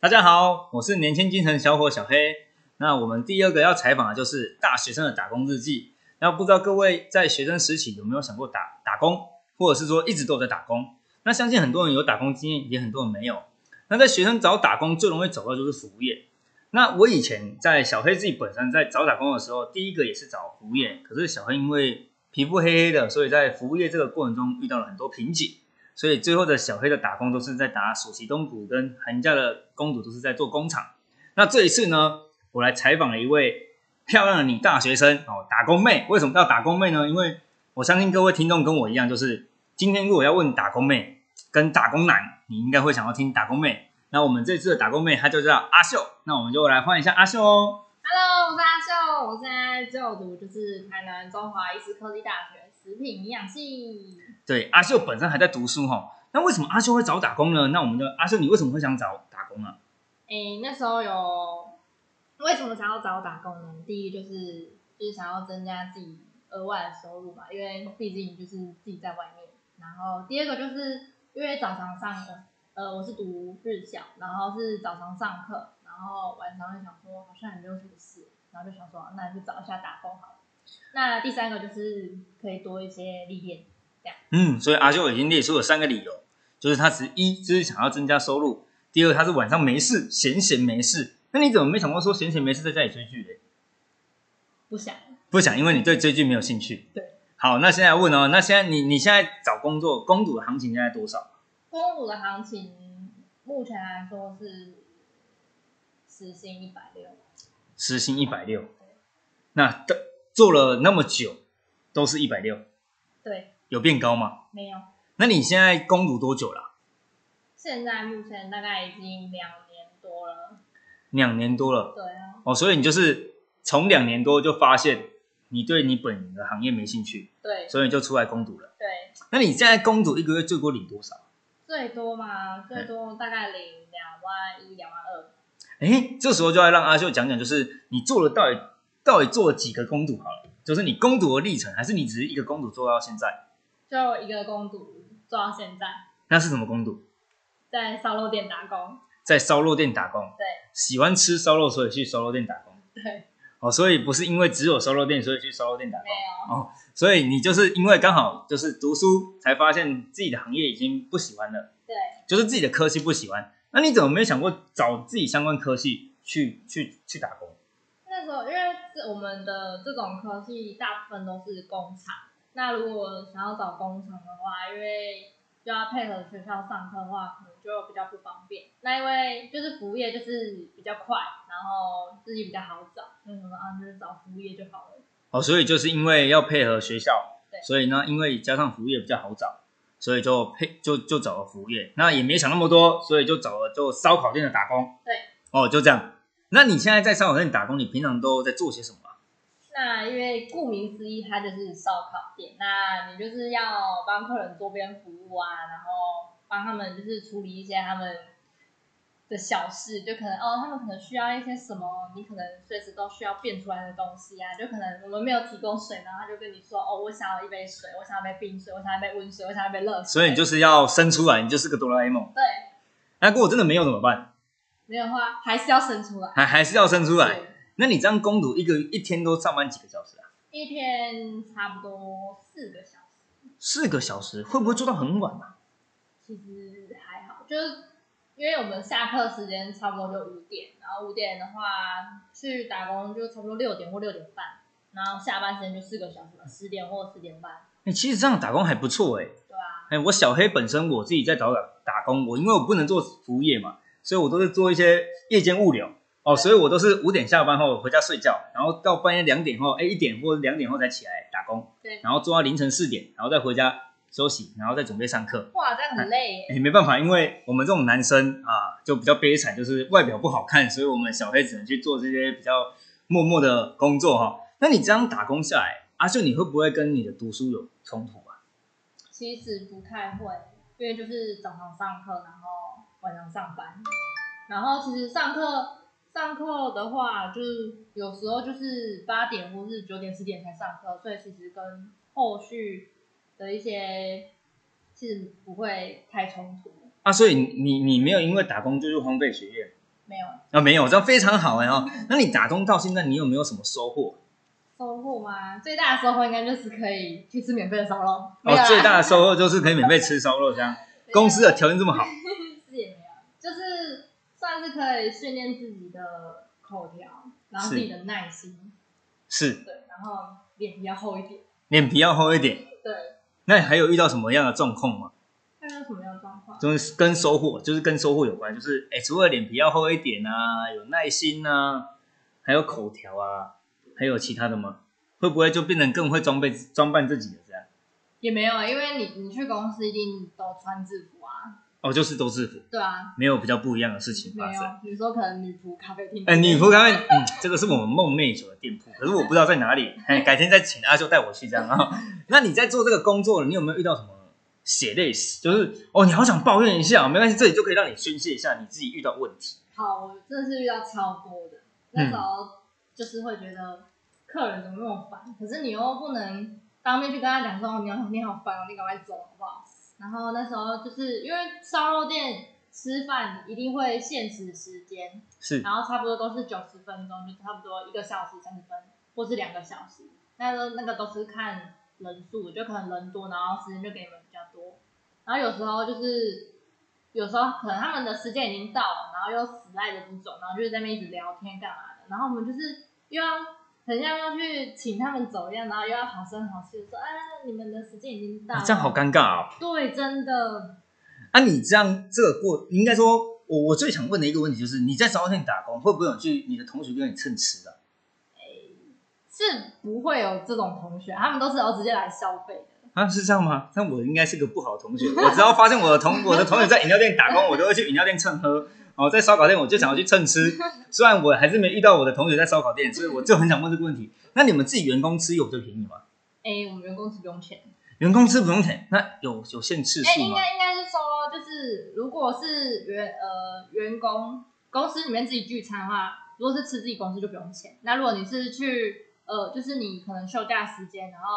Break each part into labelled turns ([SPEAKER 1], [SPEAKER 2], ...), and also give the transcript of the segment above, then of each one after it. [SPEAKER 1] 大家好，我是年轻精神小伙小黑。那我们第二个要采访的就是大学生的打工日记。那不知道各位在学生时期有没有想过打打工，或者是说一直都有在打工？那相信很多人有打工经验，也很多人没有。那在学生找打工最容易走到就是服务业。那我以前在小黑自己本身在找打工的时候，第一个也是找服务业，可是小黑因为皮肤黑黑的，所以在服务业这个过程中遇到了很多瓶颈。所以最后的小黑的打工都是在打暑期东谷跟寒假的公主都是在做工厂。那这一次呢，我来采访了一位漂亮的女大学生哦，打工妹。为什么叫打工妹呢？因为我相信各位听众跟我一样，就是今天如果要问打工妹跟打工男，你应该会想要听打工妹。那我们这次的打工妹她就叫阿秀，那我们就来欢迎一下阿秀哦。
[SPEAKER 2] Hello，我是阿秀，我现在就读就是台南中华医师科技大学食品营养系。
[SPEAKER 1] 对，阿秀本身还在读书哈、哦，那为什么阿秀会找打工呢？那我们就阿秀，你为什么会想找打工啊？
[SPEAKER 2] 诶、那时候有为什么想要找打工呢？第一就是就是想要增加自己额外的收入嘛，因为毕竟就是自己在外面。然后第二个就是因为早上上课，呃，我是读日校，然后是早上上课，然后晚上就想说好像也没有什么事，然后就想说啊那就找一下打工好了。那第三个就是可以多一些历练，
[SPEAKER 1] 嗯，所以阿秀已经列出了三个理由，就是他只一就是想要增加收入，第二他是晚上没事，闲闲没事。那你怎么没想过说闲闲没事在家里追剧嘞？
[SPEAKER 2] 不想
[SPEAKER 1] 不想，因为你对追剧没有兴趣。
[SPEAKER 2] 对。
[SPEAKER 1] 好，那现在问哦，那现在你你现在找工作，公主的行情现在多少？
[SPEAKER 2] 公股的行情目前来说是时薪一百六，
[SPEAKER 1] 时薪一百六，那的做了那么久，都是一百六，
[SPEAKER 2] 对，
[SPEAKER 1] 有变高吗？
[SPEAKER 2] 没有。
[SPEAKER 1] 那你现在公主多久了啊、
[SPEAKER 2] 现在目前大概已经两年多了，
[SPEAKER 1] 两年多了
[SPEAKER 2] 对啊，
[SPEAKER 1] 哦，所以你就是从两年多就发现你对你本人的行业没兴趣，
[SPEAKER 2] 对
[SPEAKER 1] 所以就出来攻读了。
[SPEAKER 2] 对，
[SPEAKER 1] 那你现在攻读一个月最多领多少？
[SPEAKER 2] 最多嘛，最多大概领两万一、两万二，
[SPEAKER 1] 哎，这时候就要让阿秀讲讲，就是你做了到底到底做了几个攻读好了，就是你攻读的历程，还是你只是一个攻读做到现在？
[SPEAKER 2] 就一个工读做到现在，
[SPEAKER 1] 那是什么攻读？
[SPEAKER 2] 在烧肉店打工，
[SPEAKER 1] 在烧肉店打工，
[SPEAKER 2] 对，
[SPEAKER 1] 喜欢吃烧肉，所以去烧肉店打工。
[SPEAKER 2] 对，
[SPEAKER 1] 哦，所以不是因为只有烧肉店，所以去烧肉店打工
[SPEAKER 2] 没。有，
[SPEAKER 1] 哦，所以你就是因为刚好就是读书，才发现自己的行业已经不喜欢了。
[SPEAKER 2] 对，
[SPEAKER 1] 就是自己的科系不喜欢，那你怎么没想过找自己相关科系去去去打工？
[SPEAKER 2] 那时候因为这我们的这种科技大部分都是工厂，那如果想要找工厂的话，因为就要配合学校上课的话，可能就比较不方便。那因为就是服务业就是比较快，然后自己比较好找，所以什么啊就是找服务业就好了。
[SPEAKER 1] 哦，所以就是因为要配合学校
[SPEAKER 2] 对，
[SPEAKER 1] 所以呢，因为加上服务业比较好找，所以就配就就找了服务业，那也没想那么多，所以就找了就烧烤店的打工。
[SPEAKER 2] 对，
[SPEAKER 1] 哦，就这样。那你现在在烧烤店打工，你平常都在做些什么啊、
[SPEAKER 2] 那因为顾名思义，它就是烧烤店，那你就是要帮客人桌边服务啊，然后帮他们就是处理一些他们的小事，就可能哦，他们可能需要一些什么，你可能随时都需要变出来的东西啊，就可能我们没有提供水，然后他就跟你说哦，我想要一杯水，我想要一杯冰水，我想要一杯温水，我想要一杯热水，
[SPEAKER 1] 所以你就是要生出来，你就是个哆啦 A 梦。
[SPEAKER 2] 对，
[SPEAKER 1] 那如果真的没有怎么办？
[SPEAKER 2] 没有的话还是要生出来，
[SPEAKER 1] 还还是要生出来。
[SPEAKER 2] 对，
[SPEAKER 1] 那你这样攻读一个一天都上班几个小时啊？
[SPEAKER 2] 一天差不多四个小时。
[SPEAKER 1] 四个小时，会不会做到很晚啊？
[SPEAKER 2] 其实还好，就是因为我们下课时间差不多就五点，然后五点的话去打工就差不多六点或六点半，然后下班时间就四个小时吧，十点或十点半，
[SPEAKER 1] 哎、其实这样打工还不错哎、
[SPEAKER 2] 对吧、啊？
[SPEAKER 1] 哎、我小黑本身我自己在找打打工，我因为我不能做服务业嘛，所以我都是做一些夜间物流哦，所以我都是五点下班后回家睡觉，然后到半夜两点后，哎、一点或者两点后才起来打工，
[SPEAKER 2] 对
[SPEAKER 1] 然后做到凌晨四点，然后再回家休息，然后再准备上课。
[SPEAKER 2] 哇，这样很累耶。
[SPEAKER 1] 哎、没办法，因为我们这种男生啊，就比较悲惨，就是外表不好看，所以我们小黑只能去做这些比较默默的工作哈、那你这样打工下来，阿秀你会不会跟你的读书有冲突啊？
[SPEAKER 2] 其实不太会，因为就是早上上课，然后晚上上班，然后其实上课上课的话，就是有时候就是八点或是九点十点才上课，所以其实跟后续的一些其实不会太冲突。
[SPEAKER 1] 啊，所以你你你没有因为打工就去荒废学业，
[SPEAKER 2] 没有
[SPEAKER 1] 啊，没有，这样非常好哎哦。那你打工到现在，你有没有什么收获？
[SPEAKER 2] 收获吗？最大的收获应该就是可以去吃免费的烧肉。没
[SPEAKER 1] 哦
[SPEAKER 2] 有啊啦，
[SPEAKER 1] 最大的收获就是可以免费吃烧肉，这样公司的条件这么好，
[SPEAKER 2] 是也没有，啊就是算是可以训练自己的口条，然后
[SPEAKER 1] 是
[SPEAKER 2] 自己的耐心，
[SPEAKER 1] 是
[SPEAKER 2] 对，然后脸比较厚一点，
[SPEAKER 1] 脸皮要厚一点。
[SPEAKER 2] 对。
[SPEAKER 1] 那还有遇到什么样的状况吗？
[SPEAKER 2] 看有什么样的状况？
[SPEAKER 1] 就是跟收获，就是跟收获有关，就是哎，除了脸皮要厚一点啊，有耐心啊，还有口条啊，还有其他的吗？会不会就变成更会装备装扮自己了这样？
[SPEAKER 2] 也没有，啊因为你你去公司一定都穿制服啊，
[SPEAKER 1] 哦，就是都制服，
[SPEAKER 2] 对啊，
[SPEAKER 1] 没有比较不一样的事情
[SPEAKER 2] 没
[SPEAKER 1] 发生。
[SPEAKER 2] 有，啊比如说可能女仆咖啡厅，
[SPEAKER 1] 哎，女仆咖啡，嗯，这个是我们梦寐以求的店铺，可是我不知道在哪里。哎，改天再请阿秀带我去这样啊。那你在做这个工作，你有没有遇到什么血泪史？就是哦，你好想抱怨一下，没关系，这里就可以让你宣泄一下你自己遇到问题。
[SPEAKER 2] 好，我真的是遇到超多的。那时候就是会觉得客人怎么那么烦，可是你又不能当面去跟他讲说你好你好烦哦，你赶快走好不好？然后那时候就是因为烧肉店吃饭一定会限时时间，
[SPEAKER 1] 是
[SPEAKER 2] 然后差不多都是九十分钟，就差不多一个小时三十分，或是两个小时。那都那个都是看人数，就可能人多，然后时间就给你们比较多。然后有时候就是有时候可能他们的时间已经到了，然后又死赖着不走，然后就在那边一直聊天干嘛的。然后我们就是又要很像要去请他们走一样，然后又要好声好气的说：“哎，你们的时间已经到了。
[SPEAKER 1] 啊这样好尴尬哦。
[SPEAKER 2] 对，真的
[SPEAKER 1] 啊，你这样这个过，应该说，我我最想问的一个问题就是，你在烧肉店打工，会不会有去你的同学跟你蹭吃的？
[SPEAKER 2] 是不会有这种同学，他们都是哦要直接来消费的。
[SPEAKER 1] 啊，是这样吗？那我应该是个不好的同学。我只要发现我的同我的同学在饮料店打工，我都会去饮料店蹭喝。哦，在烧烤店我就想要去蹭吃。虽然我还是没遇到我的同学在烧烤店，所以我就很想问这个问题：那你们自己员工吃有最便宜吗？
[SPEAKER 2] 哎，我们员工是不用钱。”
[SPEAKER 1] 员工吃不用钱，那有有限次
[SPEAKER 2] 哎、
[SPEAKER 1] 数
[SPEAKER 2] 应
[SPEAKER 1] 吗？
[SPEAKER 2] 该应该是说，就是如果是员呃员工公司里面自己聚餐的话，如果是吃自己公司就不用钱。那如果你是去呃，就是你可能休假时间，然后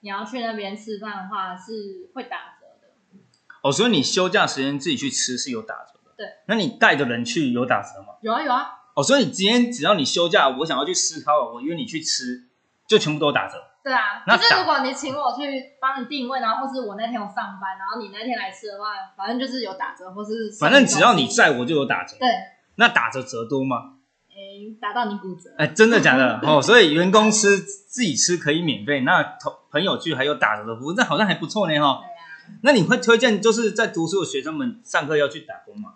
[SPEAKER 2] 你要去那边吃饭的话，是会打折的。
[SPEAKER 1] 哦，所以你休假时间自己去吃是有打折的。
[SPEAKER 2] 对，
[SPEAKER 1] 那你带着人去有打折吗？
[SPEAKER 2] 有啊有啊，
[SPEAKER 1] 哦，所以你今天只要你休假，我想要去吃烤肉，我约你去吃，就全部都打折。
[SPEAKER 2] 对啊。
[SPEAKER 1] 那
[SPEAKER 2] 可是
[SPEAKER 1] 打
[SPEAKER 2] 如果你请我去帮你定位，然后或是我那天我上班，然后你那天来吃的话，反正就是有打折，或是
[SPEAKER 1] 反正只要你在我就有打折。
[SPEAKER 2] 对，
[SPEAKER 1] 那打折折多吗？
[SPEAKER 2] 哎、打到你骨折。
[SPEAKER 1] 哎，真的假的？哦，所以员工吃自己吃可以免费，那同朋友聚还有打折的服务，那好像还不错呢哈、
[SPEAKER 2] 对啊。
[SPEAKER 1] 那你会推荐就是在读书的学生们上课要去打工吗？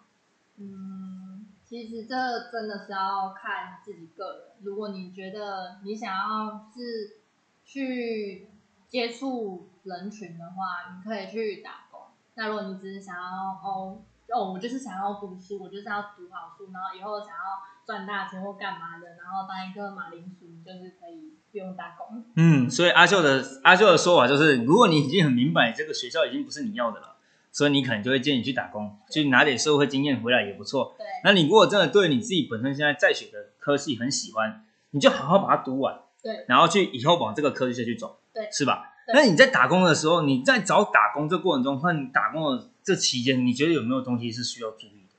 [SPEAKER 2] 嗯，其实这真的是要看自己个人。如果你觉得你想要是去接触人群的话，你可以去打工。那如果你只是想要哦哦，我就是想要读书，我就是要读好书，然后以后想要赚大钱或干嘛的，然后当一个马铃薯，你就是可以不用打工。
[SPEAKER 1] 嗯，所以阿秀的阿秀的说法就是，如果你已经很明白这个学校已经不是你要的了，所以你可能就会建议去打工，去拿点社会经验回来也不错。
[SPEAKER 2] 对，
[SPEAKER 1] 那你如果真的对你自己本身现在在学的科系很喜欢，你就好好把它读完，
[SPEAKER 2] 对，
[SPEAKER 1] 然后去以后往这个科系再去走，
[SPEAKER 2] 对
[SPEAKER 1] 是吧？
[SPEAKER 2] 对
[SPEAKER 1] 那你在打工的时候，你在找打工这过程中，或你打工的这期间，你觉得有没有东西是需要注意的？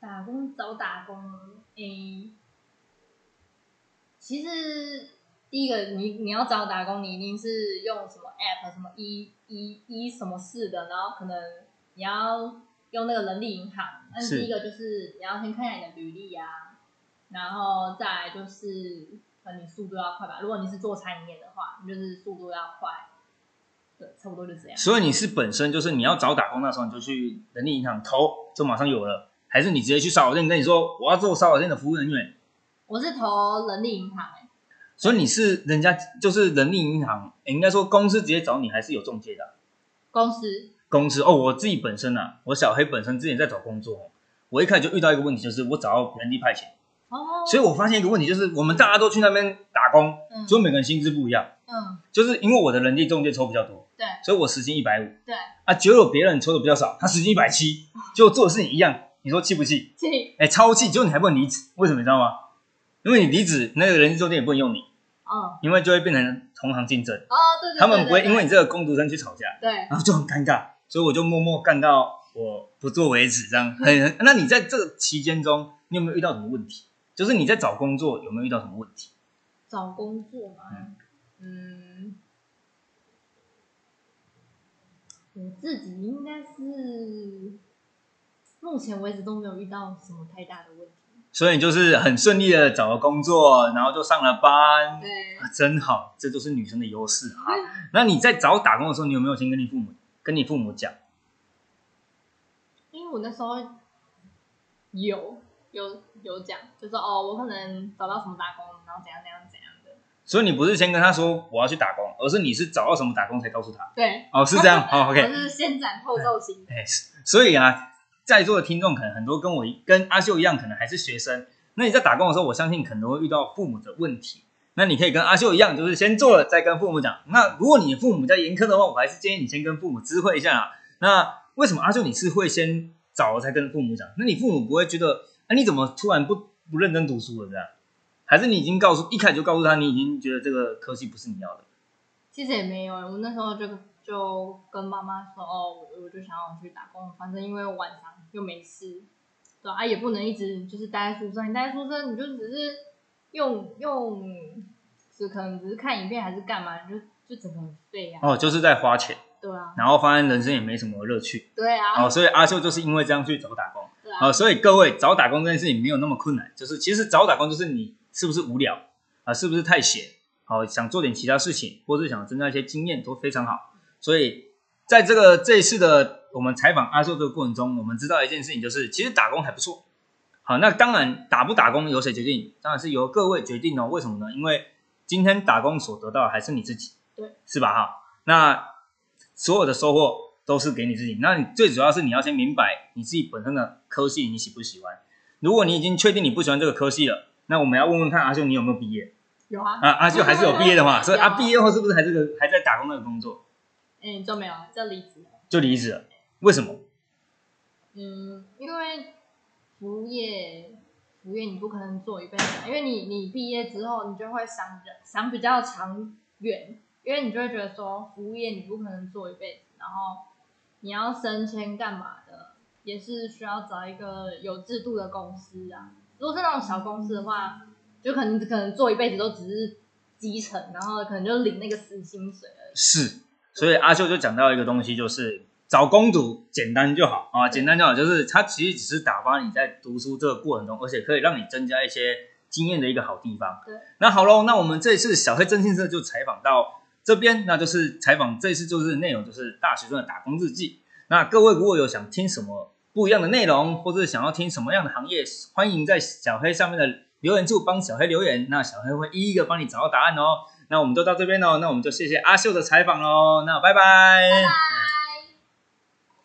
[SPEAKER 2] 打工找打工，诶、其实第一个你你要找打工，你一定是用什么 app 什么一一一什么事的，然后可能你要用那个人力银行。那
[SPEAKER 1] 是
[SPEAKER 2] 第一个就是你要先看一下你的履历啊，然后再来就是可能你速度要快吧。如果你是做餐饮业的话，你就是速度要快。对，差不多就这样。
[SPEAKER 1] 所以你是本身就是你要找打工那时候，你就去人力银行投，就马上有了，还是你直接去烧烤店跟你说我要做烧烤店的服务人员？
[SPEAKER 2] 我是投人力银行、欸，
[SPEAKER 1] 所以你是人家就是人力银行，诶应该说公司直接找你，还是有中介的啊、
[SPEAKER 2] 公司
[SPEAKER 1] 公司哦，我自己本身啊，我小黑本身之前在找工作哦，我一开始就遇到一个问题，就是我找到人力派遣，
[SPEAKER 2] 哦，
[SPEAKER 1] 所以我发现一个问题，就是我们大家都去那边打工，
[SPEAKER 2] 嗯
[SPEAKER 1] 所以每个人薪资不一样，
[SPEAKER 2] 嗯，
[SPEAKER 1] 就是因为我的人力中介抽比较多，
[SPEAKER 2] 对
[SPEAKER 1] 所以我时薪一百五，
[SPEAKER 2] 对
[SPEAKER 1] 啊，结果别人抽的比较少，他时薪一百七，就做的事情一样，你说气不气？
[SPEAKER 2] 所以
[SPEAKER 1] 哎，超气！结果你还不能离职，为什么你知道吗？因为你离职，那个人力中介也不能用你，
[SPEAKER 2] 哦
[SPEAKER 1] 因为就会变成同行竞争，
[SPEAKER 2] 哦，对对
[SPEAKER 1] 嗯
[SPEAKER 2] 对，
[SPEAKER 1] 他们不会
[SPEAKER 2] 对
[SPEAKER 1] 因为你这个工读生去吵架。
[SPEAKER 2] 对
[SPEAKER 1] 然后就很尴尬，所以我就默默干到我不做为止，这样很。很那你在这个期间中，你有没有遇到什么问题？就是你在找工作有没有遇到什么问题？
[SPEAKER 2] 找工作嘛，嗯，嗯我自己应该是目前为止都没有遇到什么太大的问题。
[SPEAKER 1] 所以你就是很顺利的找了工作，然后就上了班，
[SPEAKER 2] 对，
[SPEAKER 1] 啊真好，这就是女生的优势啊。那你在找打工的时候，你有没有先跟你父母跟你父母讲？
[SPEAKER 2] 因为我那时候有有有讲，就是哦，我可能找到什么打工，然后怎样怎样怎样的。
[SPEAKER 1] 所以你不是先跟他说我要去打工，而是你是找到什么打工才告诉他。
[SPEAKER 2] 对，
[SPEAKER 1] 哦，是这样。好、o
[SPEAKER 2] 我
[SPEAKER 1] k
[SPEAKER 2] 是先斩后奏型。
[SPEAKER 1] 哎，是所以啊，在座的听众可能很多跟我一跟阿秀一样，可能还是学生。那你在打工的时候，我相信可能会遇到父母的问题。那你可以跟阿秀一样，就是先做了再跟父母讲。那如果你的父母比较严苛的话，我还是建议你先跟父母知会一下啊。那为什么阿秀你是会先找了才跟父母讲？那你父母不会觉得，啊、你怎么突然不不认真读书了这样？还是你已经告诉一开始就告诉他，你已经觉得这个科系不是你要的？
[SPEAKER 2] 其实也没有，我那时候就就跟妈妈说，哦，我我就想要去打工，反正因为晚上又没事，对啊，也不能一直就是待在宿舍，你待在宿舍你就只是用用，只可能只是看影片还是干嘛，你就就整个很废啊，
[SPEAKER 1] 哦，就是在花钱，
[SPEAKER 2] 对啊，
[SPEAKER 1] 然后发现人生也没什么乐趣。
[SPEAKER 2] 对啊，
[SPEAKER 1] 哦，所以阿秀就是因为这样去找打工。
[SPEAKER 2] 对啊，
[SPEAKER 1] 哦，所以各位找打工这件事情没有那么困难，就是其实找打工就是你是不是无聊啊，是不是太闲，好、想做点其他事情，或是想增加一些经验都非常好。所以在这个这一次的我们采访阿秀这个过程中，我们知道一件事情，就是其实打工还不错。好，那当然打不打工由谁决定？当然是由各位决定哦。为什么呢？因为今天打工所得到的还是你自己，
[SPEAKER 2] 对，
[SPEAKER 1] 是吧？哈，那所有的收获都是给你自己。那你最主要是你要先明白你自己本身的科系你喜不喜欢。如果你已经确定你不喜欢这个科系了，那我们要问问看阿秀你有没有毕业
[SPEAKER 2] 有啊，
[SPEAKER 1] 啊？阿秀还是有毕业的嘛？所以啊，
[SPEAKER 2] 有
[SPEAKER 1] 毕业后是不是还这个还在打工那个工作
[SPEAKER 2] 嗯，就没有，就离职了，
[SPEAKER 1] 就离职了？为什么？
[SPEAKER 2] 嗯，因为服务业。服务业你不可能做一辈子啊，因为你你毕业之后，你就会想着想比较长远，因为你就会觉得说，服务业你不可能做一辈子，然后你要升迁干嘛的，也是需要找一个有制度的公司啊。如果是那种小公司的话，就可能可能做一辈子都只是基层，然后可能就领那个死薪水而已。
[SPEAKER 1] 是，所以阿秀就讲到一个东西，就是找工读简单就好啊，简单就好，就是它其实只是打发你在读书这个过程中，而且可以让你增加一些经验的一个好地方。
[SPEAKER 2] 对，
[SPEAKER 1] 那好喽，那我们这一次小黑征信社就采访到这边，那就是采访这一次就是内容就是大学生的打工日记。那各位如果有想听什么不一样的内容，或者想要听什么样的行业，欢迎在小黑上面的留言处帮小黑留言，那小黑会一一个帮你找到答案哦。那我们就到这边喽，那我们就谢谢阿秀的采访喽，那拜拜
[SPEAKER 2] 拜。